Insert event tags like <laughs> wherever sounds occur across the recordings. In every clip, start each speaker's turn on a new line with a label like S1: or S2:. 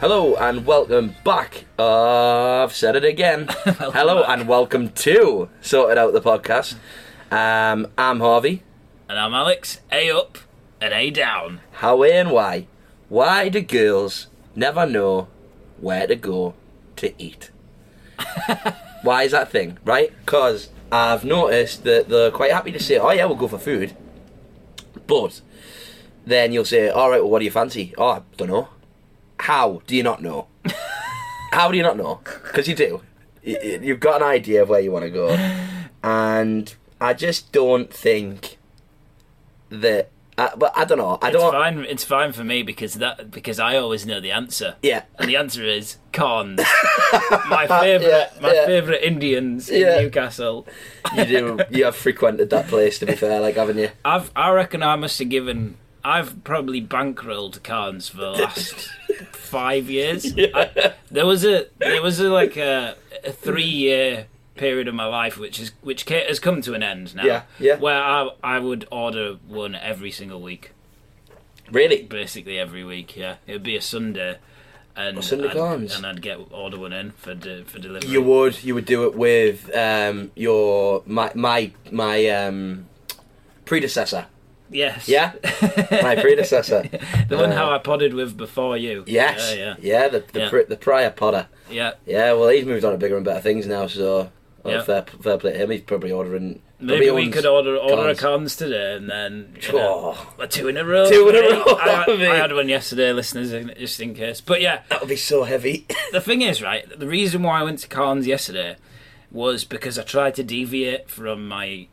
S1: Hello and welcome back. Uh, I've said it again. Hello and welcome to Sorted Out the Podcast. Um, I'm Harvey.
S2: And I'm Alex. A up and A down.
S1: How and why? Why do girls never know where to go to eat? why is that thing, right? Because I've noticed that they're quite happy to say, oh yeah, we'll go for food. But then you'll say, all right, well, what do you fancy? Oh, I don't know. How do you not know? How do you not know? Because you do. Y- y- You've got an idea of where you want to go. And I just don't think that. I, but I don't know. I
S2: It's
S1: don't.
S2: fine. It's fine for me because that because I always know the answer.
S1: Yeah.
S2: And the answer is
S1: <laughs>
S2: cons. my favorite,
S1: Yeah,
S2: my
S1: yeah.
S2: favorite Indians
S1: Yeah.
S2: in Newcastle.
S1: you do. You have frequented that place, to be fair, like haven't you?
S2: I've I reckon I must have given. I've probably bankrolled cons for the
S1: <laughs>
S2: last five years. I- there was a there was a, like a, a three year period of my life which is which ca- has come to an end now.
S1: Yeah, yeah.
S2: Where I I would order one every single week.
S1: Really?
S2: basically every week. Yeah, it would be a Sunday, and
S1: Sunday
S2: I'd,
S1: gams.
S2: and I'd get order one in for de- for delivery.
S1: You would. You would do it with um, your my my my um, predecessor.
S2: yes,
S1: Yeah,
S2: <laughs>
S1: my predecessor.
S2: the one
S1: Uh,
S2: how I podded with before you.
S1: Yes.
S2: yeah, yeah,
S1: the the,
S2: Yeah.
S1: Pri- the prior Potter.
S2: yeah.
S1: Yeah. Well, he's moved on to bigger and better things now. So well,
S2: Yeah.
S1: fair fair play to him. He's probably ordering.
S2: Maybe we could order order
S1: cons.
S2: a cons today, and then you know,
S1: Oh,
S2: a two in a row.
S1: Two in a
S2: mate.
S1: row,
S2: I,
S1: <laughs>
S2: had-
S1: mate.
S2: I had one yesterday, listeners, in- just in case. But yeah,
S1: that would be so heavy. <laughs>
S2: the thing is, right? The reason why I went to cons yesterday was because I tried to deviate from my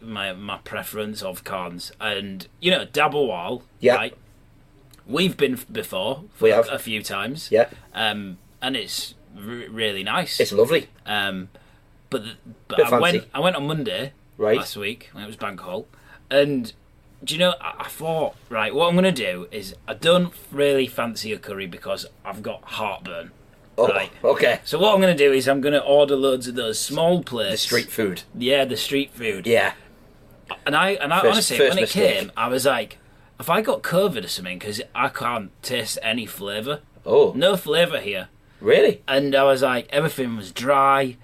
S2: my my preference of cons, and you know, Dabblewall,
S1: Yeah.
S2: right? We've been f- before,
S1: We
S2: a-
S1: have.
S2: a few times,
S1: yeah,
S2: um, and it's r- really nice.
S1: it's lovely.
S2: um, but th- but
S1: Bit
S2: I
S1: fancy.
S2: went I went on Monday
S1: Right.
S2: last week when it was bank hall, and do you know I, I thought right, what I'm gonna do is I don't really fancy a curry because I've got heartburn.
S1: Oh,
S2: Right.
S1: okay.
S2: So what I'm going to do is I'm going to order loads of those small plates.
S1: The street food.
S2: Yeah, the street food.
S1: Yeah.
S2: And I and I
S1: First-
S2: honestly
S1: first
S2: when it
S1: mistake.
S2: came, I was like, have I got COVID or something? Because I can't taste any flavour.
S1: Oh,
S2: No flavour here.
S1: really?
S2: And I was like, everything was dry.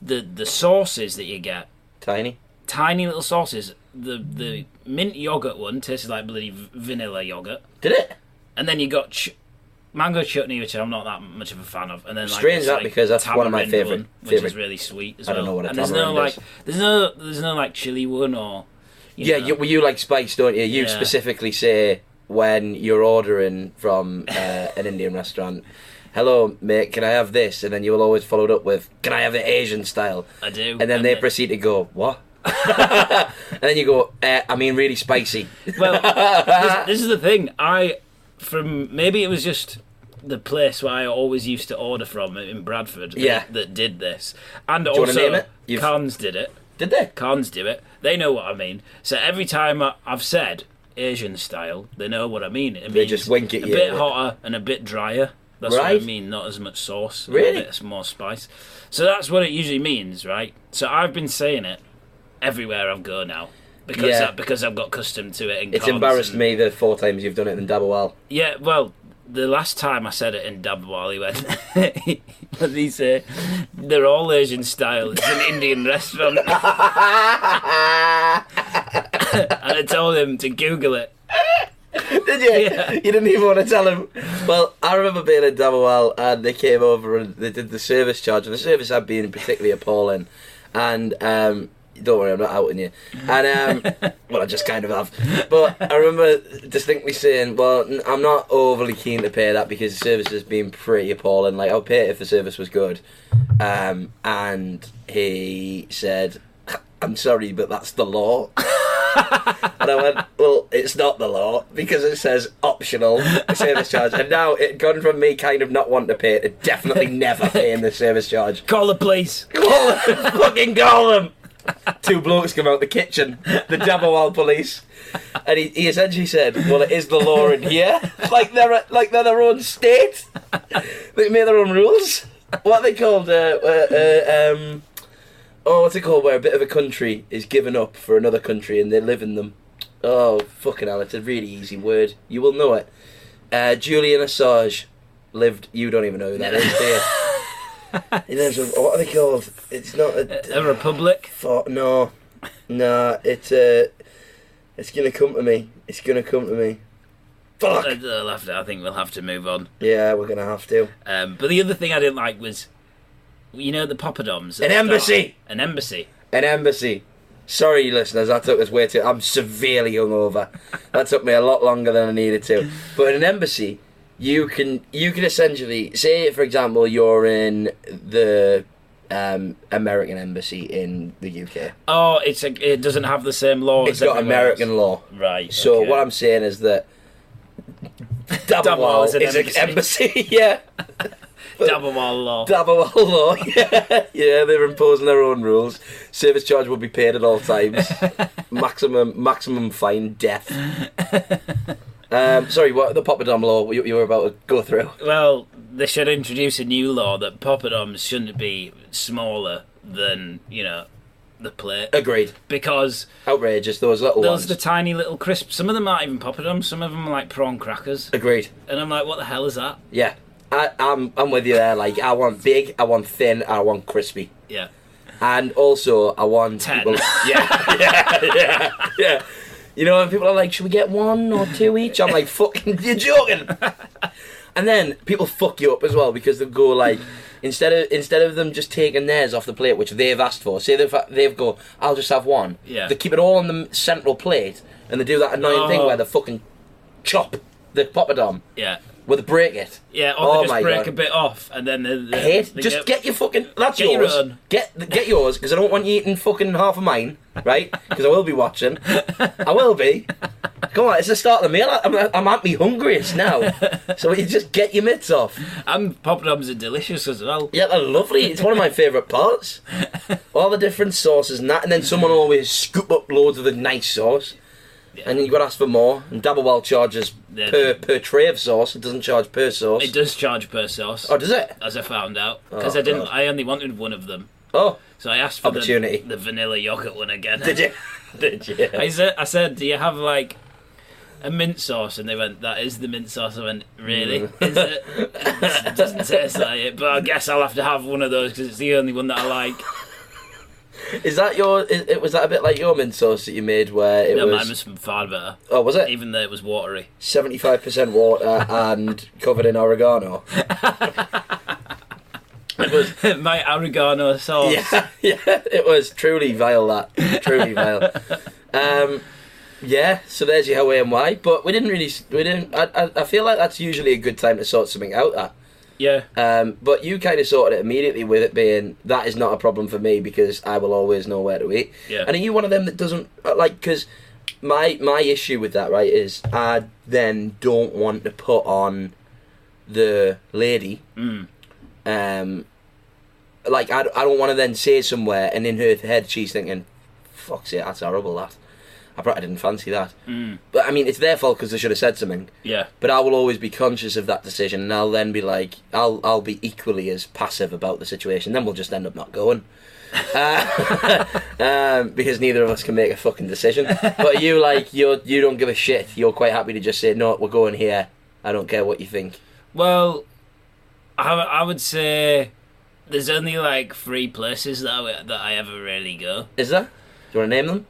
S2: The the sauces that you get,
S1: Tiny.
S2: tiny little sauces. The the mint yogurt one tasted like bloody v- vanilla yogurt.
S1: Did it?
S2: And then you got ch- mango chutney, which I'm not that much of a fan of. And then like,
S1: Strange
S2: this,
S1: that,
S2: like,
S1: because that's one of my
S2: tamarind
S1: favourite-
S2: one, which
S1: favourite-
S2: is really sweet as
S1: I
S2: well.
S1: don't know what a
S2: and there's no
S1: tamarind
S2: like,
S1: is.
S2: there's no, there's no like chili one or. you
S1: Yeah,
S2: know.
S1: you, well, you like spice, don't you? You
S2: Yeah.
S1: specifically say when you're ordering from uh, an Indian restaurant, "Hello, mate, can I have this?" And then you will always follow it up with, "Can I have the Asian style?"
S2: I do.
S1: And then they proceed to go, <laughs> "What?" and then you go, uh, "I mean, really spicy." <laughs>
S2: Well, this, this is the thing. I from maybe it was just the place where I always used to order from in Bradford. that-
S1: Yeah.
S2: that, did this, and
S1: you wanna
S2: also
S1: name it? You've-
S2: Carnes did it.
S1: Did they?
S2: Cons do it. They know what I mean. So every time I, I've said Asian style, they know what I mean. It
S1: They
S2: means
S1: just wink at
S2: a
S1: you.
S2: bit hotter and a bit drier. That's what
S1: Right.
S2: I mean. Not as much sauce.
S1: Really?
S2: A bit more spice. So that's what it usually means, right? So I've been saying it everywhere I go now because
S1: Yeah.
S2: I, because I've got accustomed to it. In
S1: It's
S2: cons
S1: embarrassed
S2: and-
S1: me the four times you've done it in <laughs> Dabawal.
S2: Yeah. Well. The last time I said it in Dabwal, he went, <laughs> "What did he say? They're all Asian style. It's an Indian restaurant." <laughs> and I told him to Google it.
S1: <laughs> Did you?
S2: Yeah.
S1: You didn't even want to tell him. Well, I remember being in Damowell and they came over and they did the service charge, and the service had been particularly appalling. And um, don't worry, I'm not outing you. And um, well, I just kind of have. But I remember distinctly saying, "Well, n- I'm not overly keen to pay that because the service has been pretty appalling. Like, I'll pay it if the service was good." Um, and he said, "I'm sorry, but that's the law." And I went, well, it's not the law because it says optional service charge. And now it gone from me kind of not wanting to pay to definitely never paying the service charge.
S2: Call the police. <laughs>
S1: Call them, <laughs> fucking call them. Two blokes come out the kitchen, the Dabawal police, and he, he essentially said, "Well, it is the law in here. Like they're a, like they're their own state. They make their own rules. What are they called? Uh, uh, uh, um, oh, what's it called? Where a bit of a country is given up for another country and they live in them. Oh, fucking hell! It's a really easy word. You will know it. Uh, Julian Assange. lived. You don't even know who that is, do
S2: <laughs>
S1: <laughs> you? In terms of what are they called? It's not a,
S2: A republic.
S1: for, no, no. It's uh, it's gonna come to me. It's gonna come to me. Fuck.
S2: Uh, I'll have to- I think we'll have to move on.
S1: Yeah, we're gonna have to.
S2: Um, but the other thing I didn't like was, you know, the poppadoms. at
S1: An
S2: the start.
S1: embassy!
S2: An embassy.
S1: An embassy. Sorry, listeners, I took this way too. I'm severely hungover. That took me a lot longer than I needed to. But in an embassy, you can you can essentially say, for example, you're in the um, American embassy in the UK.
S2: Oh, it's a, it doesn't have the same law.
S1: It's
S2: as
S1: got
S2: Oh, everywhere
S1: American
S2: else.
S1: law.
S2: Right.
S1: So
S2: okay.
S1: what I'm saying is that
S2: Double
S1: Double
S2: is
S1: is
S2: an
S1: an embassy. <laughs> yeah.
S2: double wall
S1: <laughs>
S2: law.
S1: Double law. Yeah. yeah, they're imposing their own rules. Service charge will be paid at all times. maximum maximum fine, death. Um, sorry, what the poppadom law you, you were about to go through?
S2: <laughs> well, they should introduce a new law that poppadoms shouldn't be smaller than you know the plate
S1: Agreed.
S2: because
S1: Outrageous. Those little
S2: those
S1: ones.
S2: the tiny little crisps. Some of them aren't even poppadoms. Some of them are like prawn crackers,
S1: Agreed.
S2: and I'm like, what the hell is that?
S1: Yeah. I, I'm I'm with you there. Like I want big, I want thin, I want crispy.
S2: Yeah.
S1: And also, I want
S2: Ten.
S1: people.
S2: <laughs>
S1: Yeah, yeah, yeah, yeah. You know, and people are like, "Should we get one or two each?" I'm like, "Fucking, you're joking." and then people fuck you up as well because they'll go like, instead of instead of them just taking theirs off the plate, which they've asked for, say they've they've go, "I'll just have one."
S2: Yeah.
S1: They keep it all on the central plate, and they do that annoying thing
S2: Oh.
S1: where they fucking chop the poppadom
S2: Yeah.
S1: with a break it.
S2: Yeah, or
S1: Oh
S2: they
S1: my
S2: just break
S1: God.
S2: a bit off and then they, they,
S1: I hate.
S2: they
S1: Just get, your fucking. That's
S2: Get your
S1: yours.
S2: own.
S1: Get get yours because I don't want you eating fucking half of mine,
S2: <laughs>
S1: right? Because I will be watching. I will be. Come on, it's the start of the meal. I'm I'm at me hungriest now. So you just get your mitts off.
S2: And poppadoms are delicious as well.
S1: Yeah, they're lovely. It's one of my favourite parts. All the different sauces and that, and then someone always scoop up loads of the nice sauce. And you've got to ask for more. And Dabblewell charges
S2: Yeah.
S1: per per tray of sauce. It doesn't charge per sauce.
S2: It does charge per sauce,
S1: Oh, does it?
S2: as I found out, because
S1: Oh,
S2: I didn't.
S1: God.
S2: I only wanted one of them,
S1: Oh,
S2: so I asked for
S1: Opportunity.
S2: the, the vanilla yogurt one again. <laughs>
S1: did you? Did you?
S2: I said, I said, do you have like a mint sauce? And they went, that is the mint sauce. I went, really?
S1: Mm.
S2: Is it? it doesn't taste like it, but I guess I'll have to have one of those because it's the only one that I like.
S1: Is that your? It, it was that a bit like your mint sauce that you made, where <laughs> it
S2: no,
S1: was,
S2: mine was from far better,
S1: oh, was it
S2: even though it was watery. <laughs>
S1: seventy five percent water and covered in oregano? it was
S2: My oregano sauce.
S1: yeah, <laughs> yeah, it was truly vile that truly vile. Um, yeah, so there's your how and why, but we didn't really, s- we didn't. I, I, I feel like that's usually a good time to sort something out. That,
S2: <laughs> yeah.
S1: um, but you kind of sorted it immediately with it being that is not a problem for me because I will always know where to eat.
S2: Yeah.
S1: And are you one of them that doesn't uh, like? Because my my issue with that right is I then don't want to put on the lady.
S2: Mm.
S1: Um, like I, I don't want to then say somewhere and in her head she's thinking, "Fuck's it, that's horrible." That I probably didn't fancy that.
S2: Mm.
S1: But I mean, it's their fault because they should have said something.
S2: Yeah.
S1: But I will always be conscious of that decision, and I'll then be like, I'll I'll be equally as passive about the situation. Then we'll just end up not going, uh, <laughs> um, because neither of us can make a fucking decision. But you like you you don't give a shit. You're quite happy to just say no. We're going here. I don't care what you think.
S2: Well, I, I would say there's only like three places that I, that I ever really go.
S1: Is that? Do you want to name them?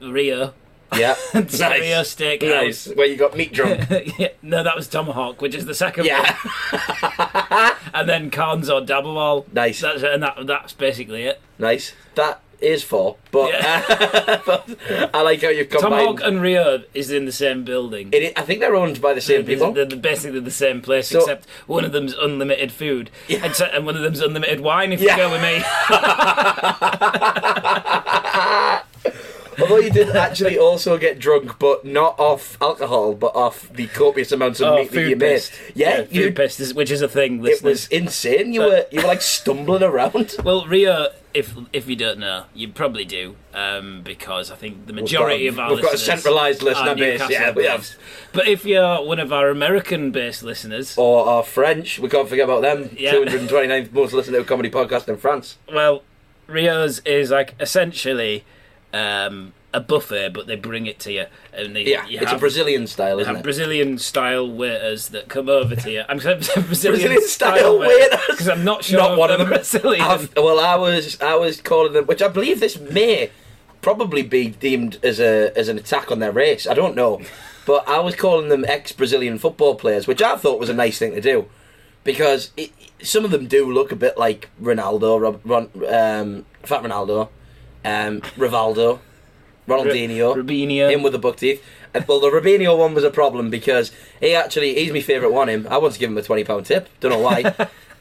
S2: Rio, <laughs>
S1: Yeah.
S2: Rio
S1: nice. Nice.
S2: Steakhouse.
S1: Where you got meat drunk.
S2: <laughs> yeah, no, that was Tomahawk, which is the second
S1: yeah.
S2: one, and then Carnes or Dabblewall.
S1: Nice.
S2: That's and that, that's basically it.
S1: Nice. That is for. But, <laughs> but I like how you've combined.
S2: Tomahawk and Rio is in the same building.
S1: It, I think they're owned by the same people.
S2: They're the- basically the same place,
S1: So-
S2: except one of them's unlimited food and, so, and one of them's unlimited wine. If
S1: Yeah.
S2: you go
S1: <laughs>
S2: with me,
S1: Although you did actually also get drunk, but not off alcohol, but off the copious amounts of
S2: oh,
S1: meat that you
S2: food
S1: made.
S2: pissed.
S1: Yeah,
S2: food
S1: you,
S2: pissed, is- which is a thing.
S1: it
S2: Listeners.
S1: was insane. You were you were like stumbling around.
S2: Well, Rio, if if you don't know, you probably do, um, because I think the <laughs> majority
S1: We've
S2: of
S1: got
S2: our
S1: a- we've got a
S2: listeners
S1: centralised listener
S2: are
S1: base, yeah, we have.
S2: Newcastle-based. But if you're one of our American-based listeners,
S1: Or our French, we can't forget about them.
S2: Yeah.
S1: 229th most listened to comedy podcast in France.
S2: well, Rio's is like essentially um, a buffet, but they bring it to you, and they
S1: Yeah,
S2: you
S1: it's a
S2: have,
S1: Brazilian style,
S2: they
S1: isn't
S2: have
S1: it?
S2: Brazilian style waiters that come over to you. <laughs> I'm saying Brazilian,
S1: style waiters.
S2: because I'm not sure
S1: Not one of
S2: they're <laughs>
S1: them.
S2: Brazilian.
S1: I've- well, I was I was calling them, which I believe this may probably be deemed as a as an attack on their race. I don't know, but I was calling them ex-Brazilian football players, which I thought was a nice thing to do, because it, some of them do look a bit like Ronaldo, Rob, Ron, um, Fat Ronaldo, um, Rivaldo, Ronaldinho.
S2: Rubinho.
S1: Him with the buck teeth. And, well, the Rubinho one was a problem because he actually he's my favourite one. Him, I once gave him a twenty pound tip. Don't know why.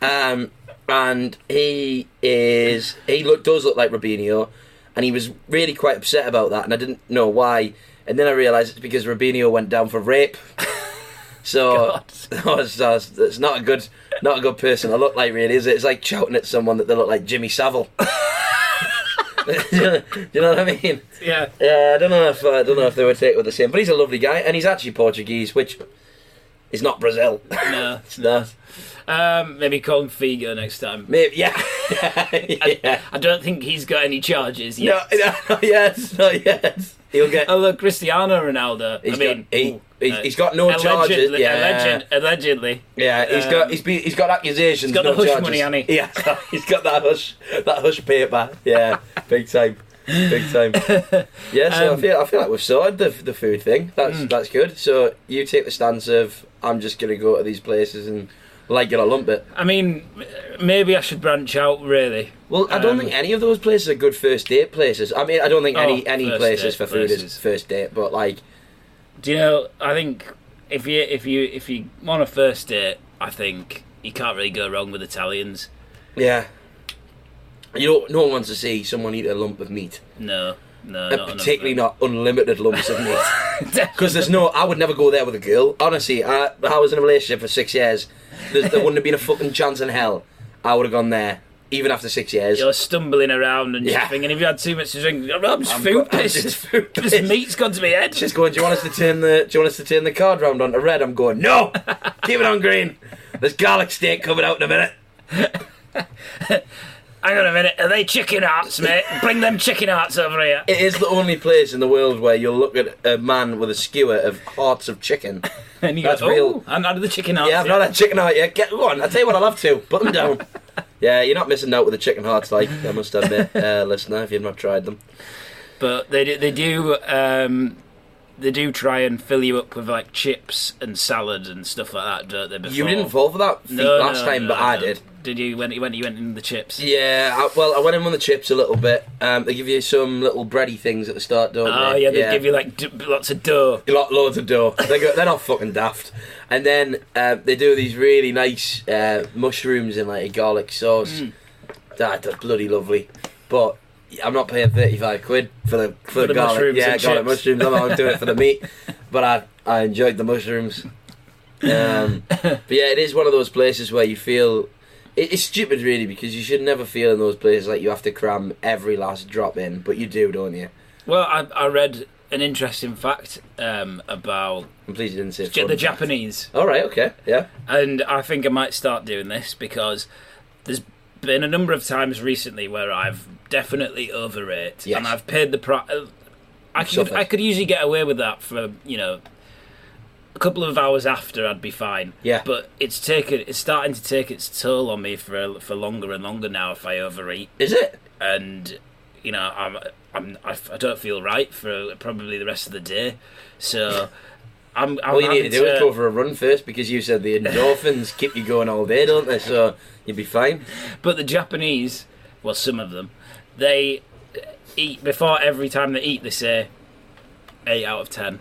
S1: um, and he is he look does look like Rubinho, and he was really quite upset about that, and I didn't know why. And then I realised it's because Rubinho went down for rape. So
S2: God.
S1: <laughs> that was, that was- that's not a good, not a good person to look like, really, is it? It's like shouting at someone that they look like Jimmy Savile. <laughs> Do you know what I mean?
S2: yeah,
S1: Yeah, I don't know if I don't know if they would take with the same, but he's a lovely guy, and he's actually Portuguese, which is not Brazil. <laughs>
S2: no.
S1: it's not.
S2: Um, maybe call him Figo next time.
S1: Maybe, yeah, <laughs>
S2: I, <laughs>
S1: yeah.
S2: I don't think he's got any charges
S1: No,
S2: yet.
S1: no, <laughs> not yet, not yet. He'll get.
S2: Oh look, Cristiano Ronaldo.
S1: He's
S2: I mean,
S1: got, he,
S2: ooh,
S1: he's,
S2: uh,
S1: he's got no charges.
S2: allegedly,
S1: Yeah,
S2: alleged, allegedly.
S1: yeah. He's got he's been, he's got accusations.
S2: Um, got
S1: no
S2: the hush
S1: charges.
S2: money, hasn't
S1: <laughs>
S2: he?
S1: Yeah, he's got that hush that hush paper.
S2: <laughs>
S1: Yeah, big time, big time. Yeah, so
S2: Um,
S1: I feel I feel like we've sorted the the food thing. That's
S2: Mm.
S1: that's good. So you take the stance of I'm just gonna go to these places and like it or lump it.
S2: I mean, m- maybe I should branch out. Really,
S1: Well, I don't
S2: Um,
S1: think any of those places are good first date places. I mean, I don't think any
S2: Oh,
S1: any
S2: first
S1: places
S2: date
S1: for food is
S2: places.
S1: first date, but like
S2: do you know? I think if you if you if you want a first date, I think you can't really go wrong with Italians.
S1: yeah. You don't, no one wants to see someone eat a lump of meat,
S2: No, no,
S1: and
S2: not enough.
S1: particularly not unlimited lumps of meat.
S2: Definitely. <laughs>
S1: Because there's no, I would never go there with a girl. Honestly, I, I was in a relationship for six years. There's, there wouldn't have been a fucking chance in hell I would have gone there, even after six years.
S2: You're stumbling around and
S1: Yeah.
S2: just thinking, if you had too much to drink, "Oh, I'm just
S1: <laughs>
S2: food
S1: got- I'm
S2: pissed. <laughs>
S1: just food
S2: This
S1: pissed.
S2: meat's gone to my head.
S1: She's going. Do you want us to turn the? Do you want us to turn the card round onto red? I'm going. No, keep it on green. There's garlic steak coming out in a minute.
S2: Hang on a minute, are they chicken hearts, mate? Bring them chicken hearts over
S1: <laughs>
S2: here.
S1: It is the only place in the world where you'll look at a man with a skewer of hearts of chicken.
S2: And you
S1: That's
S2: go,
S1: real.
S2: oh, I'm out of the chicken hearts.
S1: Yeah, I've not had chicken heart yet. Get one. I tell you what, I love to put them
S2: <laughs>
S1: down. Yeah, you're not missing out with the chicken hearts, like I must admit,
S2: <laughs>
S1: uh, listener, if you've not tried them.
S2: But they do, they do um, they do try and fill you up with like chips and salad and stuff like that, don't they? Before.
S1: You were involved with that feat
S2: No,
S1: last
S2: no,
S1: time,
S2: no,
S1: but I
S2: no.
S1: did.
S2: Did you when you went you went in the chips?
S1: Yeah, I, well, I went in on the chips a little bit. Um, they give you some little bready things at the start, don't
S2: Oh
S1: they?
S2: yeah, they give you like d- lots of dough.
S1: Lot, loads of dough. They go, they're not fucking daft. And then uh, they do these really nice uh, mushrooms in like a garlic
S2: Mm.
S1: sauce. That, Ah, that's bloody lovely. But I'm not paying 35 quid for the for, the,
S2: the
S1: garlic.
S2: mushrooms
S1: yeah,
S2: and
S1: garlic
S2: chips.
S1: mushrooms. I'm not doing it for the
S2: <laughs>
S1: meat. But I I enjoyed the mushrooms.
S2: <laughs>
S1: Um, but yeah, it is one of those places where you feel. It, it's stupid, really, because you should never feel in those places like you have to cram every last drop in, but you do, don't you?
S2: Well, I, I read an interesting fact um, about
S1: I'm pleased you didn't say
S2: Ja-
S1: fun.
S2: the Japanese,
S1: All right, okay, yeah.
S2: and I think I might start doing this because there's been a number of times recently where I've definitely overate,
S1: Yes.
S2: and I've paid the price. I could,
S1: suffered.
S2: I could usually get away with that for you know a couple of hours after I'd be fine.
S1: Yeah.
S2: but it's taken, it's starting to take its toll on me for for longer and longer now if I overeat.
S1: Is it?
S2: and you know I'm I'm I, f- I don't feel right for probably the rest of the day, so I'm. I'm
S1: All you need to
S2: having
S1: do is go for a run first because you said the endorphins keep you going all day, don't they? So you'll be fine.
S2: But the Japanese, well, some of them, they eat before every time they eat. They say eight out of ten.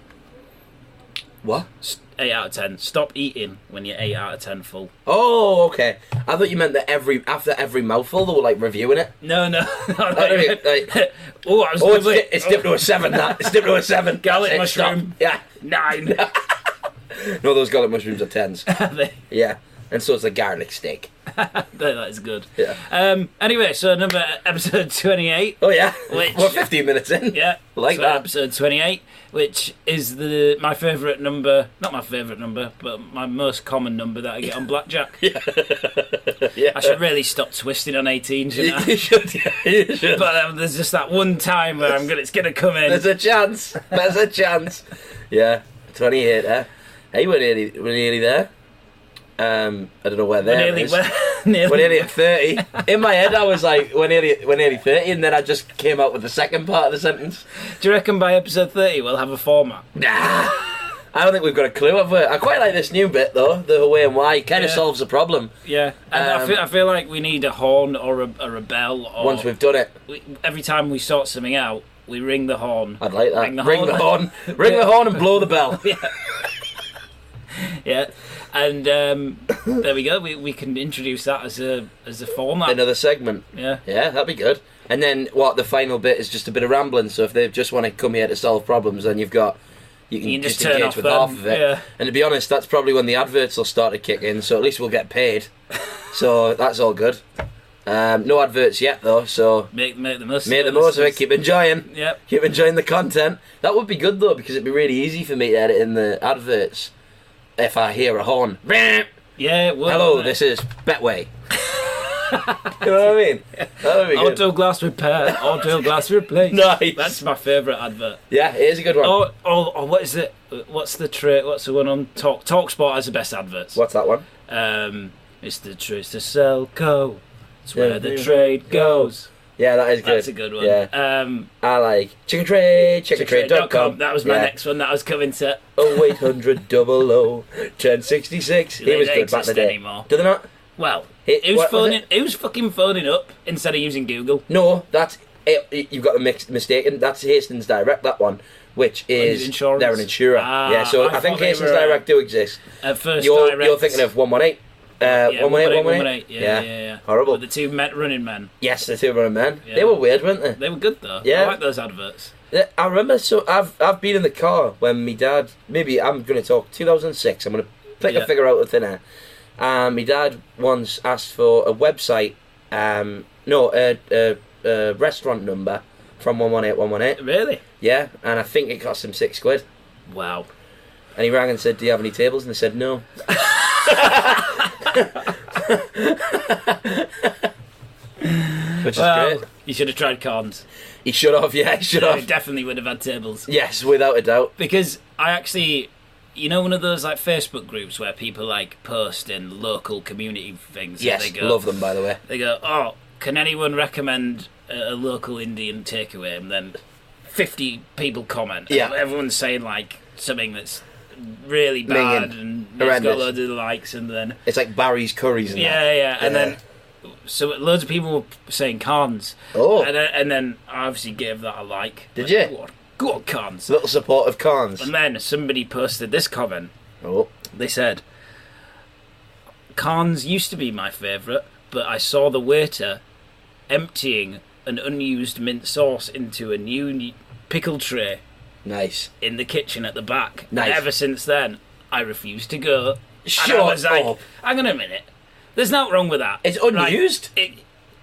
S1: What?
S2: S- Eight out of ten. Stop eating when you're eight out of ten full.
S1: Oh, okay. I thought you meant that every after every mouthful they were like reviewing it.
S2: No, <laughs> no.
S1: <laughs> there we go, right.
S2: oh, I was
S1: Oh, it's,
S2: lovely.
S1: di- it's dipped to a seven. That it's
S2: <laughs>
S1: dipped to a seven.
S2: Garlic
S1: That's it, stop.
S2: mushroom.
S1: <laughs> Yeah.
S2: oh, nine. <laughs>
S1: No, those garlic mushrooms are tens.
S2: They-
S1: Yeah. and so it's a garlic steak.
S2: that is good.
S1: Yeah.
S2: Um, anyway, so number episode 28.
S1: Oh yeah,
S2: Which-
S1: we're 15 minutes in.
S2: Yeah,
S1: Like
S2: so
S1: that.
S2: Episode twenty-eight, which is the my favourite number, not my favourite number, but my most common number that I
S1: <laughs>
S2: get on blackjack.
S1: yeah.
S2: I should really stop twisting on 18s,
S1: <laughs>
S2: you know.
S1: you should. Yeah, you should.
S2: but um, there's just that one time where I'm gonna, it's gonna come in.
S1: There's a chance. There's a chance. Yeah, 28. Eh? Hey, we're nearly, we're nearly there. Um, I don't know where there
S2: <laughs> We're nearly,
S1: is.
S2: well, nearly,
S1: We're nearly at 30. In my head, I was like, we're nearly, we're nearly 30, and then I just came out with the second part of the sentence.
S2: Do you reckon by episode thirty we'll have a format?
S1: Nah. I don't think we've got a clue. Have we? I quite like this new bit though, the way and why. Kind of
S2: Yeah.
S1: solves the problem
S2: Yeah, and I,
S1: Um,
S2: feel, I feel like we need a horn or a, or a bell. Or
S1: once we've done it.
S2: we, every time we sort something out, we ring the horn.
S1: I'd like that.
S2: Ring the
S1: horn. Ring the horn and blow the bell. <laughs>
S2: Yeah, and um, there we go. We, we can introduce that as a as a format.
S1: Another segment.
S2: Yeah,
S1: Yeah, that'd be good. And then what? The final bit is just a bit of rambling. So if they just want to come here to solve problems, then you've got you can,
S2: You can just turn
S1: engage
S2: off
S1: with
S2: them,
S1: half of it.
S2: yeah.
S1: And to be honest, that's probably when the adverts will start to kick in. So at least we'll get
S2: <laughs>
S1: paid. so that's all good. Um, no adverts yet though. So
S2: make make the most.
S1: make the most of it. Keep enjoying.
S2: Yep.
S1: Keep enjoying the content. That would be good though because it'd be really easy for me to edit in the adverts if I hear a horn.
S2: Yeah. It would,
S1: Hello,
S2: wouldn't
S1: this is
S2: <laughs>
S1: Betway. you know what I mean? That would be
S2: it?
S1: good.
S2: Auto glass repair. Auto glass replace.
S1: Nice.
S2: That's my favourite advert.
S1: Yeah, it is a good one.
S2: Oh, oh, oh, what is it? What's the tra- What's the one on Talk? Talksport has the best adverts.
S1: What's that one?
S2: Um, it's the truth to sell co. It's where
S1: Yeah.
S2: the trade goes.
S1: Yeah, that is good.
S2: That's a good one.
S1: Yeah,
S2: Um,
S1: I like chicken trade, chicken
S2: trade.com.
S1: trade.com.
S2: That was my
S1: yeah.
S2: next one that I was coming to.
S1: Oh, 800 double oh, O 1066. He
S2: They
S1: was
S2: don't
S1: good back in
S2: exist
S1: the day.
S2: anymore.
S1: Do they not?
S2: Well,
S1: It-
S2: who's
S1: what was
S2: phoning? Who's fucking phoning up instead of using Google?
S1: No, that's it. You've got a mix, mistaken. That's Hastings Direct, that one, which is
S2: Oh, insurance?
S1: they're an insurer.
S2: Ah,
S1: yeah, so
S2: I
S1: I, think
S2: thought they
S1: Hastings
S2: were, uh,
S1: Direct do exist.
S2: At first,
S1: You're,
S2: direct,
S1: you're thinking of 118. Uh,
S2: yeah,
S1: 118, 118,
S2: 118, Yeah, yeah, yeah,
S1: Horrible.
S2: But the two met running men.
S1: Yes, the two were men.
S2: Yeah.
S1: They were weird, weren't they?
S2: They were good though. I
S1: Yeah.
S2: like those adverts.
S1: Yeah, I remember. So I've I've been in the car when my dad. Maybe I'm going to talk 2006. I'm going to pick
S2: Yeah.
S1: a figure out of thin air. Um, my dad once asked for a website. Um, no, a, a, a restaurant number from 118118.
S2: Really?
S1: Yeah, and I think it cost him six quid.
S2: Wow.
S1: And he rang and said, "Do you have any tables?" And they said, "No." <laughs> Which is
S2: Well,
S1: great.
S2: you should have
S1: <laughs>
S2: tried Carnes.
S1: He should have. Yeah, he should
S2: I
S1: have.
S2: definitely would have had tables.
S1: Yes, without a doubt.
S2: because I actually, you know, one of those like Facebook groups where people like post in local community things. and
S1: Yes,
S2: they go,
S1: love them by the way.
S2: They go, oh, can anyone recommend a, a local Indian takeaway? And then fifty people comment. and
S1: Yeah.
S2: everyone's saying like something that's really bad
S1: Minging.
S2: and it's got
S1: Horrendous.
S2: loads of likes, and then
S1: It's like Barry's curries and that.
S2: yeah, yeah, and
S1: Yeah.
S2: then. So loads of people were saying cons,
S1: Oh.
S2: and then, and then I obviously gave that a like.
S1: Did
S2: Like,
S1: you?
S2: What, what cons?
S1: Little support of cons.
S2: And then somebody posted this comment.
S1: Oh,
S2: They said, Carnes used to be my favourite, but I saw the waiter emptying an unused mint sauce into a new n- pickle tray
S1: nice.
S2: in the kitchen at the back.
S1: Nice.
S2: And ever since then, I refuse to go. and
S1: Shut
S2: I was like,
S1: up.
S2: hang on a minute. There's nothing wrong with that.
S1: It's
S2: Like,
S1: unused.
S2: it-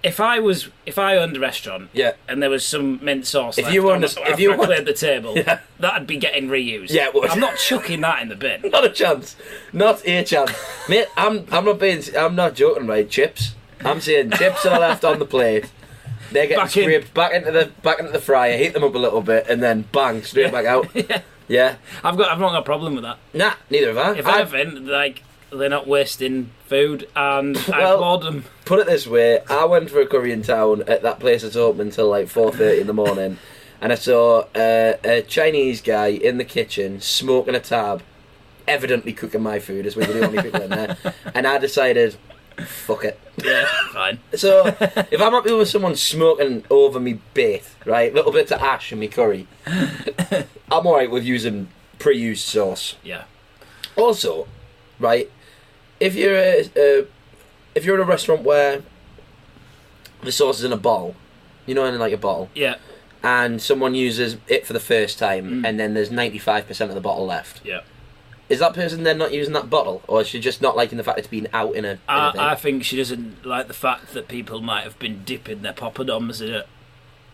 S2: if I was, if I owned a restaurant,
S1: Yeah. <laughs>
S2: and there was some mint sauce. If
S1: you
S2: on,
S1: owned a-
S2: if
S1: if
S2: you
S1: you
S2: I
S1: owned-
S2: cleared the table,
S1: <laughs> Yeah.
S2: that'd be getting reused.
S1: Yeah, it would.
S2: I'm not chucking that in the bin.
S1: Not a chance. Not a
S2: <laughs>
S1: chance. Mate, I'm I'm not being I'm not joking, right? Chips. I'm saying chips are left on the plate. They're getting
S2: Back in.
S1: scraped back into the back into the fryer, heat them up a little bit, and then bang, straight back
S2: <laughs>
S1: out. yeah.
S2: I've got I've not got a problem with that.
S1: Nah, neither have I.
S2: If
S1: I
S2: anything, like they're not wasting food,
S1: <laughs>
S2: and I
S1: Well-
S2: applaud them.
S1: put it this way, I went for a curry in town at that place that's open until like four thirty in the morning, and I saw uh, a Chinese guy in the kitchen smoking a tab, evidently cooking my food as we were the only people in there, and I decided, fuck it.
S2: Yeah, fine.
S1: So if I'm happy with someone smoking over me bait, right, little bits of ash in me curry, I'm alright with using pre-used sauce.
S2: Yeah,
S1: Also, right, if you're a, a if you're in a restaurant where the sauce is in a bowl, you know, in like a bottle,
S2: yeah,
S1: Mm. and someone uses it for the first time, and then there's 95% of the bottle left,
S2: yeah.
S1: Is that person then not using that bottle, or is she just not liking the fact it's been out in a? In a thing?
S2: I, I think she doesn't like the fact that people might have been dipping their poppadoms in it.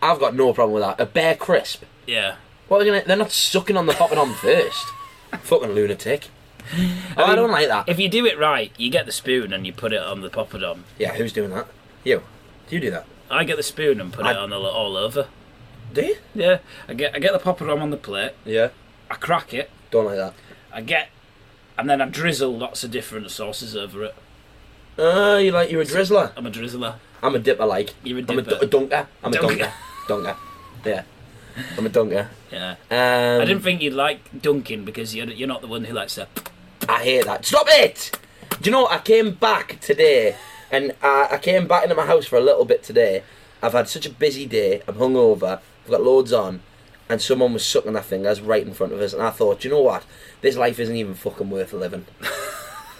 S1: I've got no problem with that. A bear crisp.
S2: Yeah.
S1: What are they gonna? They're not sucking on the poppadom <laughs> first. Fucking lunatic. Oh, I,
S2: mean,
S1: don't like that.
S2: If you do it right, you get the spoon and you put it on the poppadom.
S1: Yeah, who's doing that? You. Do you do that?
S2: I get the spoon and put
S1: I-
S2: it on the, lo- all over.
S1: Do you?
S2: Yeah, I get I get the poppadom on the plate.
S1: Yeah.
S2: I crack it.
S1: Don't like that.
S2: I get, and then I drizzle lots of different sauces over it.
S1: Uh, you like you're a drizzler.
S2: I'm a drizzler.
S1: I'm a dipper. Like
S2: You're a
S1: I'm a, d-
S2: dipper.
S1: a dunker. I'm a dunker.
S2: Dunker.
S1: Dunker. Yeah. I'm a dunker.
S2: Yeah.
S1: Um,
S2: I didn't think you'd like dunking because you're you're not the one who likes to.
S1: I hate that. Stop it! Do you know, I came back today and I, I came back into my house for a little bit today. I've had such a busy day, I'm hungover, I've got loads on, and someone was sucking their fingers right in front of us. And I thought, "Do you know what? This life isn't even fucking worth
S2: <laughs>
S1: living.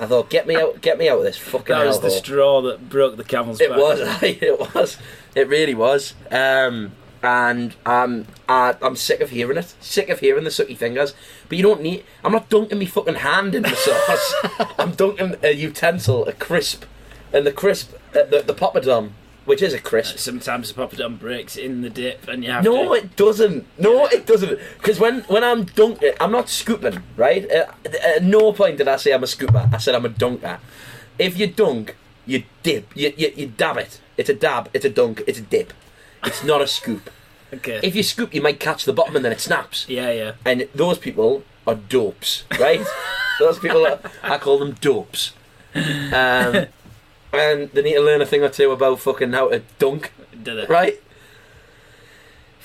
S1: I thought, get me out, get me out of this fucking
S2: That was
S1: hellhole.
S2: the straw that broke the camel's
S1: It
S2: back.
S1: was, <laughs> aye, it was, it really was. Um, and um, I, I'm sick of hearing it. Sick of hearing the sucky fingers. But you don't need. I'm not dunking my fucking hand in the sauce. I'm dunking a utensil, a crisp, and the crisp, uh, the the poppadom, which is a crisp.
S2: Uh, Sometimes the poppadom breaks in the dip, and you have to.
S1: No, it doesn't. No, it doesn't. Because when when I'm dunking, I'm not scooping, right? Uh, at no point did I say I'm a scooper. I said I'm a dunker. If you dunk, you dip. You, you, you dab it. It's a dab. It's a dunk. It's a dip. It's not a scoop.
S2: Okay.
S1: If you scoop, you might catch the bottom and then it snaps.
S2: yeah, yeah.
S1: And those people are dopes,
S2: <laughs>
S1: right? those people, are, I call them dopes.
S2: <laughs>
S1: Um, and they need to learn a thing or two about fucking how to dunk,
S2: Did it.
S1: right?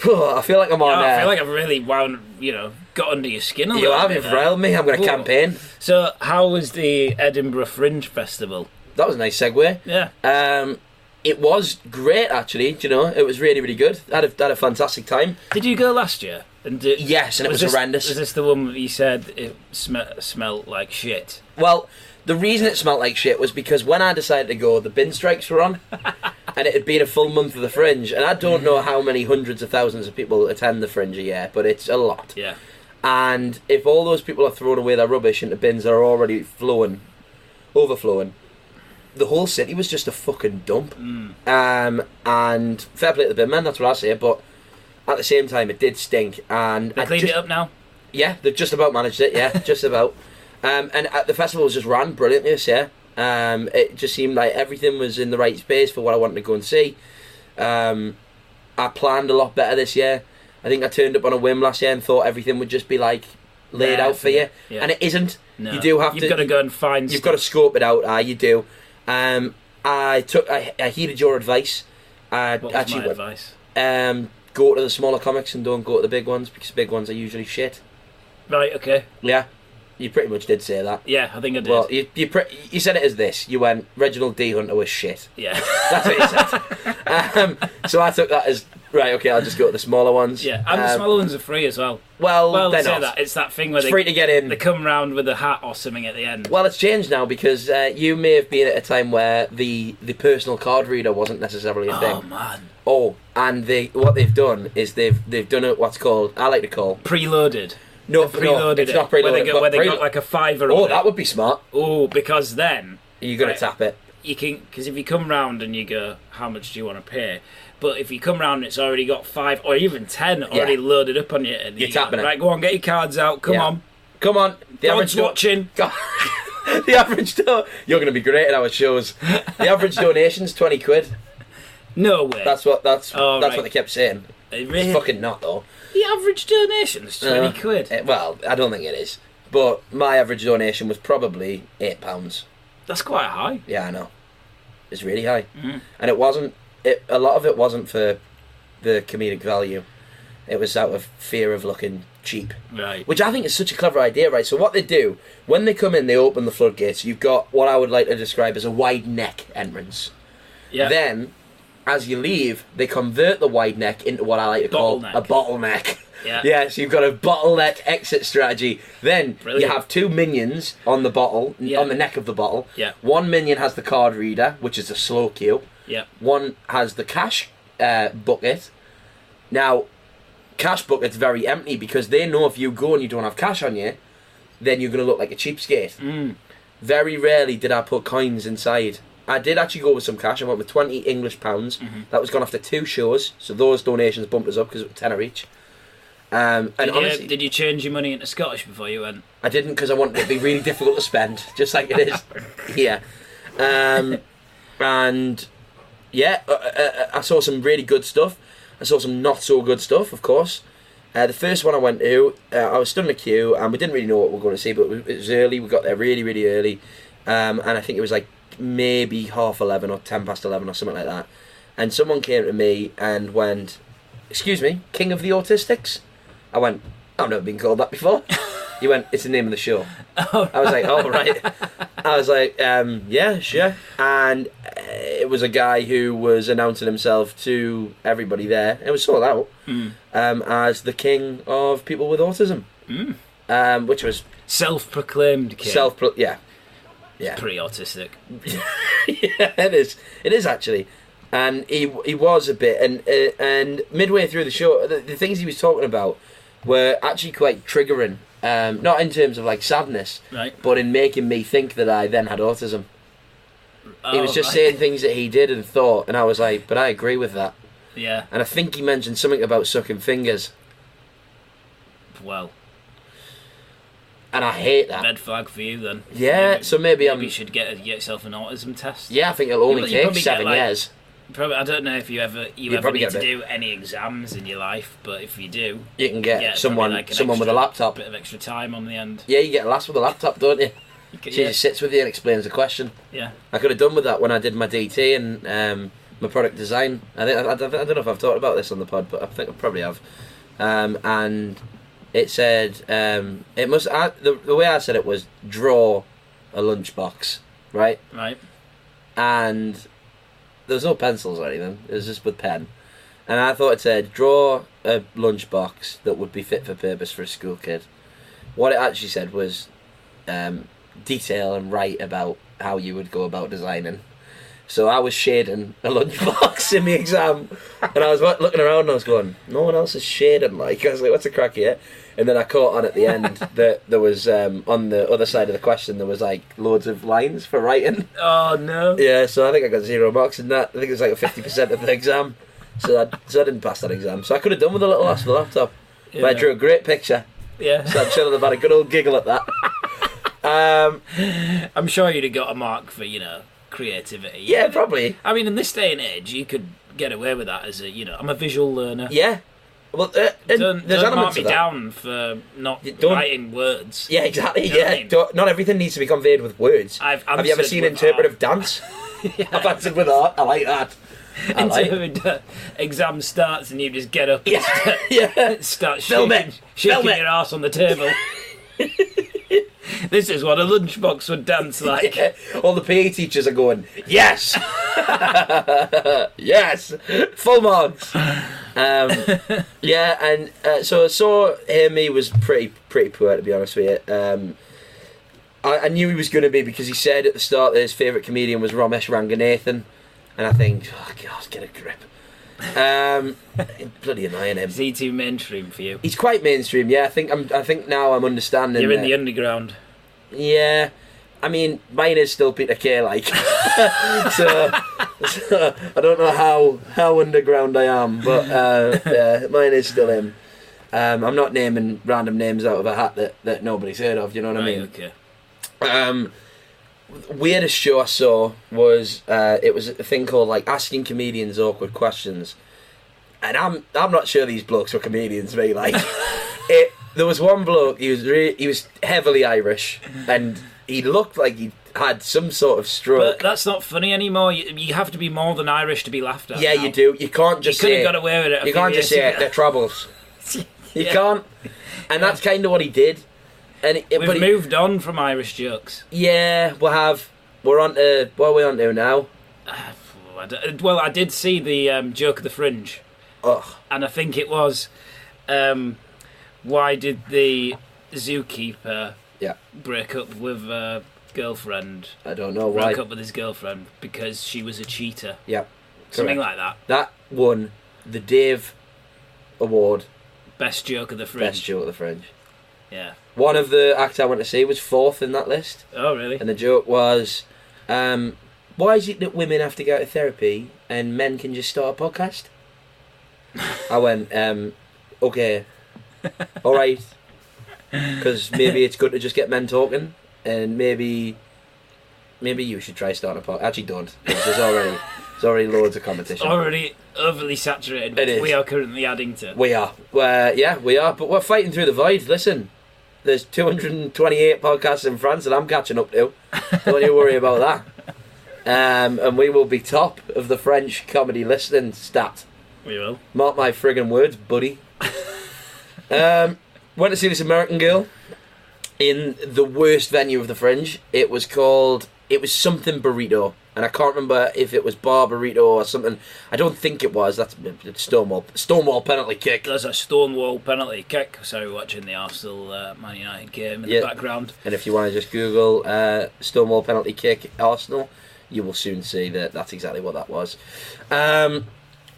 S1: I feel like I'm
S2: Oh,
S1: on.
S2: I feel
S1: uh,
S2: like I've really wound, you know, got under your skin a
S1: You
S2: little
S1: have
S2: bit
S1: it
S2: there.
S1: riled me. I'm going to
S2: Whoa.
S1: campaign.
S2: So, how was the Edinburgh Fringe Festival?
S1: That was a nice segue.
S2: Yeah,
S1: Um, it was great, actually. Do you know? It was really, really good. I had a, had a fantastic time.
S2: did you go last year? And did,
S1: Yes, and it was,
S2: this,
S1: horrendous.
S2: Was this the one that you said it sm- smelled like shit?
S1: Well, the reason it smelt like shit was because when I decided to go, the bin strikes were
S2: <laughs>
S1: on, and it had been a full month of the Fringe. And I
S2: Mm.
S1: don't know how many hundreds of thousands of people attend the Fringe a year, but it's a lot.
S2: Yeah,
S1: And if all those people are throwing away their rubbish into bins that are already flowing, overflowing, the whole city was just a fucking dump.
S2: Hmm.
S1: Um, and fair play to the bin men, that's what I say. But at the same time, it did stink. And
S2: they
S1: I
S2: cleaned
S1: just-
S2: it up now.
S1: yeah, they've just about managed it.
S2: <laughs>
S1: Yeah, just about. Um, and uh, the festival was just ran brilliantly this year. Um, it just seemed like everything was in the right space for what I wanted to go and see. Um, I planned a lot better this year. I think I turned up on a whim last year and thought everything would just be like laid
S2: Yeah,
S1: out for you,
S2: yeah.
S1: and it isn't.
S2: No.
S1: You do have
S2: You've
S1: to-
S2: got to go and find.
S1: You've got to scope it out. Ah, you do. Um, I took. I, I heeded your advice. I
S2: What was
S1: actually
S2: my
S1: went-
S2: advice?
S1: um, go to the smaller comics and don't go to the big ones because the big ones are usually shit.
S2: Right. Okay.
S1: Yeah, you pretty much did say that.
S2: Yeah, I think I did.
S1: Well, you you, pre- you said it as this. You went Reginald D Hunter was shit.
S2: yeah. <laughs>
S1: That's what you said. um, so I took that as right. Okay, I'll just go to the smaller ones.
S2: yeah. And the
S1: Um,
S2: smaller ones are free as well.
S1: Well,
S2: Well,
S1: they're
S2: say
S1: not.
S2: that. It's that thing where
S1: It's
S2: they,
S1: free to get
S2: they
S1: in.
S2: come round with a hat or something at the end.
S1: Well, it's changed now because uh, you may have been at a time where the the personal card reader wasn't necessarily a
S2: oh
S1: thing.
S2: man.
S1: Oh, and they what they've done is they've they've done it what's called I like to call
S2: Preloaded.
S1: no, no
S2: Preloaded.
S1: it's
S2: it,
S1: not
S2: Where they,
S1: preloaded.
S2: go, where
S1: but
S2: they
S1: prelo-
S2: got like a fiver.
S1: oh,
S2: on it.
S1: that would be smart.
S2: Oh, because then
S1: You're gonna
S2: Right.
S1: tap it.
S2: you can because if you come round and you go, how much do you want to pay? But if you come round and it's already got five or even ten already loaded up on you, and
S1: You're
S2: you
S1: tapping it.
S2: Right, go on, get your cards out. Come
S1: Yeah.
S2: on,
S1: Come on, the
S2: God's
S1: average do-
S2: watching.
S1: God. <laughs> the average do- you're going to be great at our shows. The average donation's twenty quid.
S2: No way.
S1: That's what that's
S2: Oh,
S1: that's
S2: right.
S1: what they kept saying.
S2: They
S1: It's
S2: really-
S1: fucking not though.
S2: the average donation is twenty
S1: Uh,
S2: quid.
S1: eh, well, I don't think it is. But my average donation was probably eight pounds.
S2: That's quite high.
S1: Yeah, I know. It's really high,
S2: Mm.
S1: and it wasn't. It a lot of it wasn't for the comedic value. It was out of fear of looking cheap.
S2: Right.
S1: Which I think is such a clever idea, right? So what they do when they come in, they open the floodgates. You've got what I would like to describe as a wide neck entrance.
S2: Yeah.
S1: Then, as you leave, they convert the wide neck into what I like to call
S2: Bottleneck.
S1: a bottleneck. <laughs>
S2: Yeah.
S1: Yes, you've got a bottleneck exit strategy. Then
S2: Brilliant.
S1: you have two minions on the bottle,
S2: Yeah.
S1: on the neck of the bottle.
S2: Yeah.
S1: One minion has the card reader, which is a slow queue.
S2: Yeah.
S1: One has the cash uh, bucket. Now, cash bucket's very empty because they know if you go and you don't have cash on you, then you're going to look like a
S2: Mm.
S1: cheapskate. Very rarely did I put coins inside. I did actually go with some cash. I went with 20 English pounds.
S2: Mm-hmm.
S1: That was gone after two shows, so those donations bumped us up because it was tenner each. Um, and
S2: Did,
S1: honestly,
S2: you, did you change your money into Scottish before you went?
S1: I didn't because I wanted it to be really difficult to spend, just like it is here. Um, and yeah, uh, uh, I saw some really good stuff. I saw some not so good stuff, of course. Uh, the first one I went to, uh, I was stood in the queue and we didn't really know what we were going to see, but it was early. We got there really, really early, um, and I think it was like maybe half eleven or ten past eleven or something like that. And someone came to me and went, "Excuse me, King of the Autistics." I went, "I've never been called that before." He went, "It's the name of the show." I was like, "Oh right." I was like, um, "Yeah, sure." And uh, it was a guy who was announcing himself to everybody there. It was sold out um, as the king of people with autism, um, which was
S2: Mm. Self-proclaimed kid.
S1: self. <laughs> Yeah, yeah.
S2: Pretty autistic.
S1: yeah, it is. It is actually, and he he was a bit, and uh, and midway through the show, the, the things he was talking about were actually quite triggering. Um, not in terms of like sadness,
S2: Right.
S1: but in making me think that I then had autism. he was
S2: Oh,
S1: just
S2: right.
S1: saying things that he did and thought, and I was like, but I agree with that.
S2: Yeah.
S1: And I think he mentioned something about sucking fingers,
S2: Well,
S1: and I hate that.
S2: red flag for you then.
S1: Yeah,
S2: Maybe-
S1: so maybe I'm-
S2: You should get, get yourself an autism test.
S1: Yeah, I think it'll only
S2: You
S1: take
S2: probably get,
S1: seven
S2: like-
S1: years.
S2: Probably. I don't know if you ever you
S1: You
S2: ever
S1: probably
S2: need
S1: get a bit-
S2: to do any exams in your life, but if you do,
S1: You can get
S2: yeah, probably
S1: someone
S2: like an
S1: someone with a
S2: extra
S1: laptop.
S2: bit of extra time on the end.
S1: Yeah, you get a lass with a laptop, don't you?
S2: You could-
S1: She
S2: Yeah.
S1: just sits with you and explains the question.
S2: yeah.
S1: I could have done with that when I did my DT and um, my product design. I think I, I, I don't know if I've talked about this on the pod, but I think I probably have. Um, and it said um, it must. I, the, the way I said it was draw a lunchbox, right?
S2: Right.
S1: And there was no pencils or anything. It was just with pen. And I thought it said draw a lunchbox that would be fit for purpose for a school kid. What it actually said was um, detail and write about how you would go about designing. So I was shading a lunchbox <laughs> in the exam, and I was wa- looking around and I was going, "No one else is shading like." I was like, "What's a crack here?" And then I caught on at the end that there was um, on the other side of the question there was like loads of lines for writing.
S2: Oh no.
S1: Yeah, so I think I got zero marks in that. I think it was like fifty percent of the exam. So I, so I didn't pass that exam. So I could have done with a little last of the laptop.
S2: Yeah.
S1: But I drew a great picture.
S2: Yeah. <laughs>
S1: So I'm sure they've had a good old giggle at that. Um,
S2: I'm sure you'd have got a mark for you know creativity.
S1: yeah, probably.
S2: I mean, in this day and age, you could get away with that as a you know I'm a visual learner.
S1: Yeah. Well, uh, and
S2: Don't,
S1: there's
S2: don't
S1: elements
S2: mark me
S1: of that.
S2: down for not
S1: You don't-
S2: writing words.
S1: Yeah, exactly.
S2: You know what
S1: yeah,
S2: I mean?
S1: Don't- not everything needs to be conveyed with words.
S2: I've
S1: Have you ever
S2: answered
S1: seen
S2: with
S1: interpretive
S2: <laughs>
S1: dance? I've answered with art. I like that. I like.
S2: Until exam starts and you just get up and
S1: yeah, <laughs> yeah.
S2: start
S1: Film
S2: shaking,
S1: it.
S2: shaking
S1: Film it.
S2: your ass on
S1: <laughs>
S2: the table. this is what a lunchbox would dance like.
S1: Yeah. All the PE teachers are going, yes, <laughs> yes, full marks. Um, yeah, and uh, so so hear me was pretty pretty poor to be honest with you. Um, I, I knew he was going to be because he said at the start that his favourite comedian was Ramesh Ranganathan, and I think, oh God, get a grip. Um, <laughs> bloody annoying him.
S2: Is he too E mainstream for you?
S1: He's quite mainstream, yeah. I think I'm. I think now I'm understanding.
S2: You're in
S1: that-
S2: the underground.
S1: yeah. I mean, mine is still Peter Kay like. <laughs> so, so I don't know how how underground I am, but uh, yeah, mine is still him. Um, I'm not naming random names out of a hat that, that nobody's heard of, you know what I
S2: Right,
S1: mean?
S2: okay.
S1: Um, weirdest show I saw was uh, it was a thing called like asking comedians awkward questions, and I'm I'm not sure these blokes were comedians. Me
S2: <laughs>
S1: like it. There was one bloke. He was re- he was heavily Irish, and he looked like he had some sort of
S2: But
S1: stroke.
S2: that's not funny anymore. You, you have to be more than Irish to be laughed at.
S1: yeah,
S2: now.
S1: you do. You can't
S2: You
S1: just
S2: could
S1: say
S2: have got away with it. a
S1: you
S2: few
S1: can't just
S2: years
S1: say
S2: ago.
S1: they're
S2: <laughs>
S1: troubles. You
S2: Yeah.
S1: can't, and that's kind of what he did. And it,
S2: We've
S1: but he-
S2: moved on from Irish jokes.
S1: yeah, we have. We're on to what are we on to now?
S2: Ah, I don't- Well, I did see the um, joke of the fringe.
S1: Ugh.
S2: and I think it was um, why did the zookeeper
S1: Yeah.
S2: break up with a girlfriend?
S1: I don't know Oh, why.
S2: Broke up with his girlfriend because she was a cheater,
S1: Yeah.
S2: something
S1: correct.
S2: like that.
S1: that won the Dave Award
S2: Best joke of the fringe.
S1: Best Joke of the Fringe.
S2: Yeah.
S1: One of the acts I went to see was fourth in that list,
S2: Oh, really?
S1: and the joke was, um, why is it that women have to go to therapy and men can just start a
S2: <laughs>
S1: podcast? I went, um, okay, all
S2: <laughs>
S1: right, because maybe it's good to just get men talking, and maybe, maybe you should try starting a podcast. Actually, don't. 'cause There's already, there's already loads of competition.
S2: Already overly saturated.
S1: It is.
S2: We are currently adding to.
S1: We are. Uh, yeah, we are. But we're fighting through the void. Listen, there's 228 podcasts in France that I'm catching up to. Don't you worry about that. Um, and we will be top of the French comedy listening stat.
S2: We will.
S1: Mark my friggin' words, buddy. um, went to see this American girl in the worst venue of the Fringe. It was called. It was something burrito, and I can't remember if it was bar burrito or something. I don't think it was. That's it's Stonewall. Stonewall penalty kick.
S2: There's a Stonewall penalty kick. Sorry, watching the Arsenal uh, Man United game in
S1: Yeah.
S2: the background.
S1: And if you want to just Google uh, Stonewall penalty kick Arsenal, you will soon see that that's exactly what that was. Um,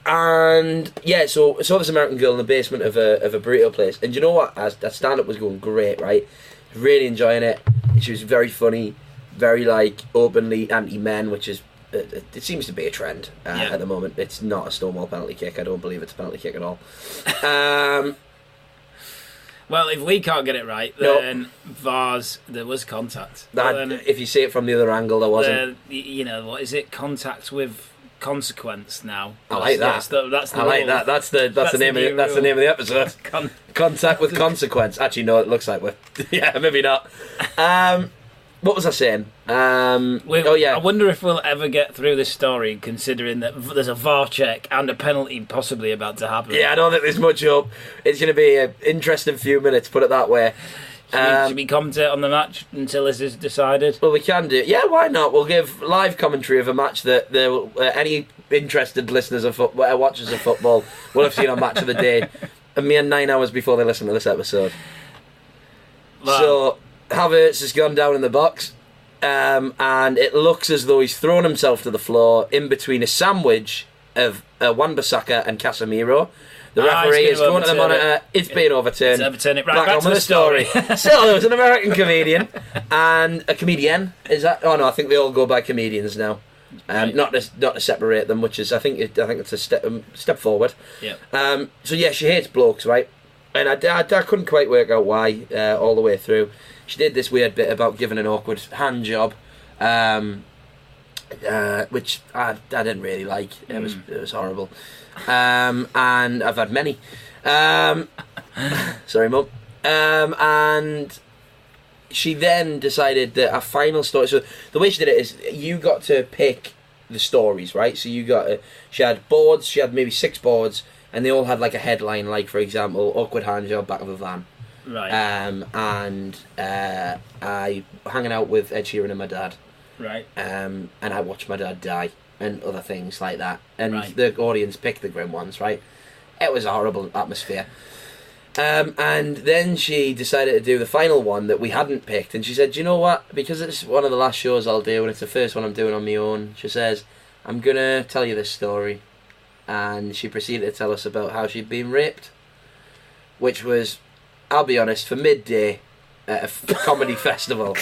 S1: and yeah, so I saw this American girl in the basement of a of a burrito place, and you know what? As that stand up was going great, right? Really enjoying it. She was very funny, very like openly anti men, which is it, it- it seems to be a trend uh,
S2: Yeah.
S1: at the moment. It's not a Stonewall penalty kick. I don't believe it's a penalty kick at all. <laughs> Um,
S2: Well, if we can't get it right,
S1: No.
S2: then VARs, there was contact.
S1: that,
S2: Well, then,
S1: if you see it from the other angle, there wasn't.
S2: uh, y- you know, what is it? Contact with consequence now.
S1: I like that.
S2: That's the, that's the
S1: I like
S2: rule.
S1: that. That's the that's,
S2: That's
S1: the
S2: the
S1: name of the,
S2: new
S1: that's the
S2: rule.
S1: name of the episode.
S2: <laughs> Con-
S1: Contact with consequence. Actually, no. It looks like we're <laughs> yeah, maybe not. Um, what was I saying? Um,
S2: we-
S1: oh yeah,
S2: I wonder if we'll ever get through this story, considering that v- there's a VAR check and a penalty possibly about to happen.
S1: yeah. I don't think there's much hope. It's going to be an interesting few minutes. Put it that way.
S2: Should, we,
S1: Um,
S2: should we commentate on the match until this is decided?
S1: Well, we can do. Yeah, why not? We'll give live commentary of a match that there will- uh, any interested listeners of foot- uh, watchers of football will have seen on match of the
S2: <laughs>
S1: day, and me and nine hours before they listen to this episode.
S2: Well,
S1: So Havertz has gone down in the box, um, and it looks as though he's thrown himself to the floor in between a sandwich of uh, Wan-Bissaka and Casemiro. The
S2: Ah,
S1: referee is
S2: it's been
S1: going to the
S2: overturned.
S1: monitor. It's been overturned.
S2: Let's turn it right back,
S1: um, on
S2: to
S1: with
S2: the story. <laughs>
S1: <laughs> Still, there was an American comedian and a comedian. Is that? Oh no, I think they all go by comedians now. Um,
S2: Right.
S1: Not to not to separate them, which is I think it, I think it's a step um, step forward.
S2: yeah.
S1: Um, so yeah, she hates blokes, right? And I, I, I couldn't quite work out why uh, all the way through. She did this weird bit about giving an awkward hand job, um, uh, which I, I didn't really like. It was it was horrible, um, and I've had many. Um, <laughs> sorry, mum. Um, and she then decided that our final story. So the way she did it is, you got to pick the stories, right? So you got uh, she had boards, she had maybe six boards, and they all had like a headline, like for example, awkward hand job back of a van,
S2: Right.
S1: um, and uh, I hanging out with Ed Sheeran and my dad,
S2: right.
S1: um, and I watched my dad die, and other things like that, and
S2: Right.
S1: the audience picked the grim ones, right? It was a horrible atmosphere. Um, and then she decided to do the final one that we hadn't picked. And she said, Do you know what? Because it's one of the last shows I'll do, and it's the first one I'm doing on my own, she says, I'm going to tell you this story. And she proceeded to tell us about how she'd been raped, which was, I'll be honest, for midday at a f- <laughs> comedy festival,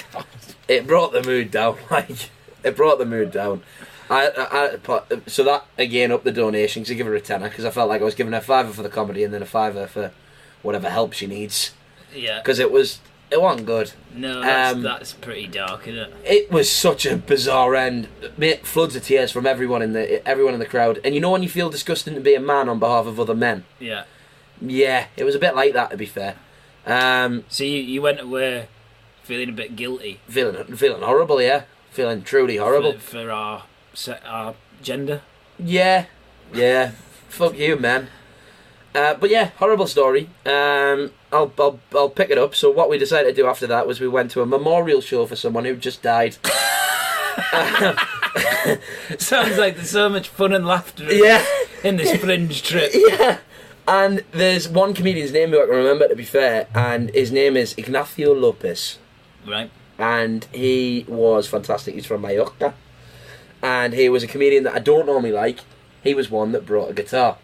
S1: it brought the mood down. <laughs> Like, it brought the mood down. I, I, I put- so that again up the donations. I give her a tenner because I felt like I was giving her a fiver for the comedy and then a fiver for whatever help she needs
S2: Yeah.
S1: because it was it wasn't good.
S2: No, that's,
S1: um,
S2: that's pretty dark, isn't it?
S1: It was such a bizarre end. Mate, floods of tears from everyone in the everyone in the crowd. And you know when you feel disgusting to be a man on behalf of other men.
S2: Yeah.
S1: Yeah, it was a bit like that to be fair. Um,
S2: So you, you went away feeling a bit guilty
S1: feeling feeling horrible, yeah. Feeling truly horrible.
S2: For, for our se- our gender.
S1: Yeah, yeah. Fuck you, man. Uh, but yeah, horrible story. Um, I'll, I'll I'll pick it up. So what we decided to do after that was we went to a memorial show for someone who just died.
S2: Sounds like there's so much fun and laughter
S1: yeah,
S2: in this
S1: <laughs>
S2: fringe trip.
S1: yeah. And there's one comedian's name who I can remember to be fair, and his name is Ignacio Lopez,
S2: Right.
S1: and he was fantastic. He's from Mallorca, and he was a comedian that I don't normally like. He was one that brought a guitar.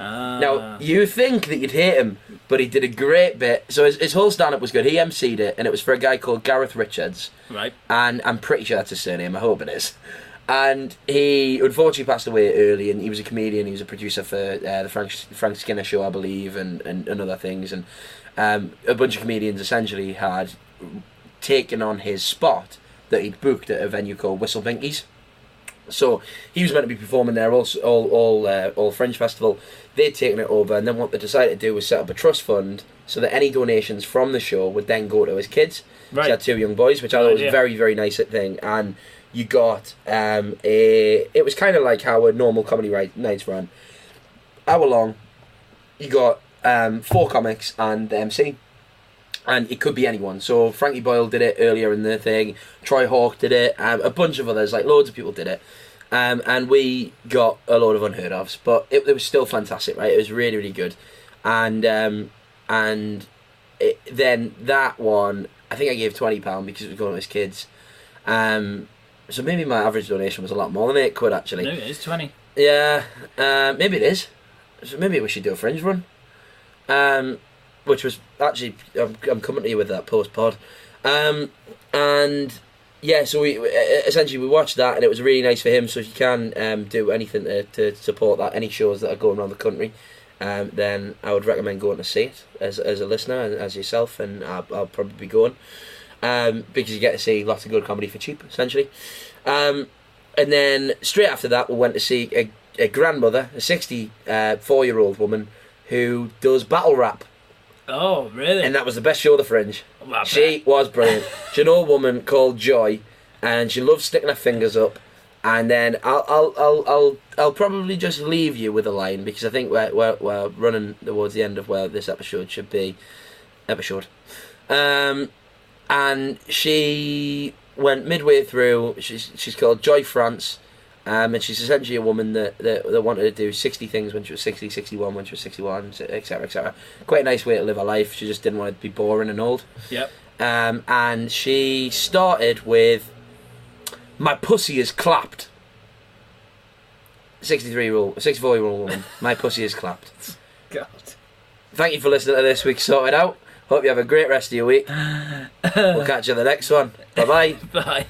S2: Ah.
S1: Now you think that you'd hate him, but he did a great bit. So his, his whole stand-up was good. He emceed it, and it was for a guy called Gareth Richards,
S2: right.
S1: and I'm pretty sure that's his surname. I hope it is. And he unfortunately passed away early, and he was a comedian. He was a producer for uh, the Frank Frank Skinner show, I believe, and and, and other things. And um, a bunch of comedians essentially had taken on his spot that he'd booked at a venue called Whistle Pinkies. So he was meant to be performing there all all all, uh, all Fringe Festival. They'd taken it over, and then what they decided to do was set up a trust fund so that any donations from the show would then go to his kids. So He
S2: Right.
S1: had two young boys, which I thought was a
S2: idea.
S1: very very nice thing. And you got um, a it was kind of like how a normal comedy ri- nights run, hour long. You got um, four comics and the MC and it could be anyone. So Frankie Boyle did it earlier in the thing. Troy Hawk did it. Um, a bunch of others, like loads of people did it. Um, and we got a load of unheard ofs, but it, it was still fantastic, right? It was really, really good. And um, and it, then that one, I think I gave twenty pound because it was going to his kids. Um, so maybe my average donation was a lot more than eight quid actually.
S2: No, it's 20.
S1: Yeah, uh, maybe it is. So maybe we should do a fringe run. Um, which was actually, I'm, I'm coming to you with that post pod. Um, and yeah, so we we- e- essentially we watched that, and it was really nice for him. So if you can um, do anything to, to support that, any shows that are going around the country, um, then I would recommend going to see it as as a listener and as yourself, and I'll, I'll probably be going um, because you get to see lots of good comedy for cheap, essentially. Um, and then straight after that, we went to see a, a grandmother, a 64 year old woman, who does battle rap.
S2: Oh, really?
S1: And that was the best show of the Fringe.
S2: Well, I
S1: She was brilliant. She's an old woman called Joy, and she loves sticking her fingers up. And then I'll I'll I'll I'll, I'll probably just leave you with a line because I think we're, we're we're running towards the end of where this episode should be. Episode, um, and she went midway through. She's she's called Joy France. Um, and she's essentially a woman that, that, that wanted to do 60 things when she was 60, 61, when she was 61, etc., etc. Quite a nice way to live her life. She just didn't want to be boring and old
S2: Yep.
S1: um, and she started with "My pussy is clapped." Sixty-three year old, sixty-four year old woman. <laughs> My pussy is clapped.
S2: God.
S1: Thank you for listening to this week's sorted out. Hope you have a great rest of your week. We'll catch you in the next one. Bye bye.
S2: <laughs> Bye.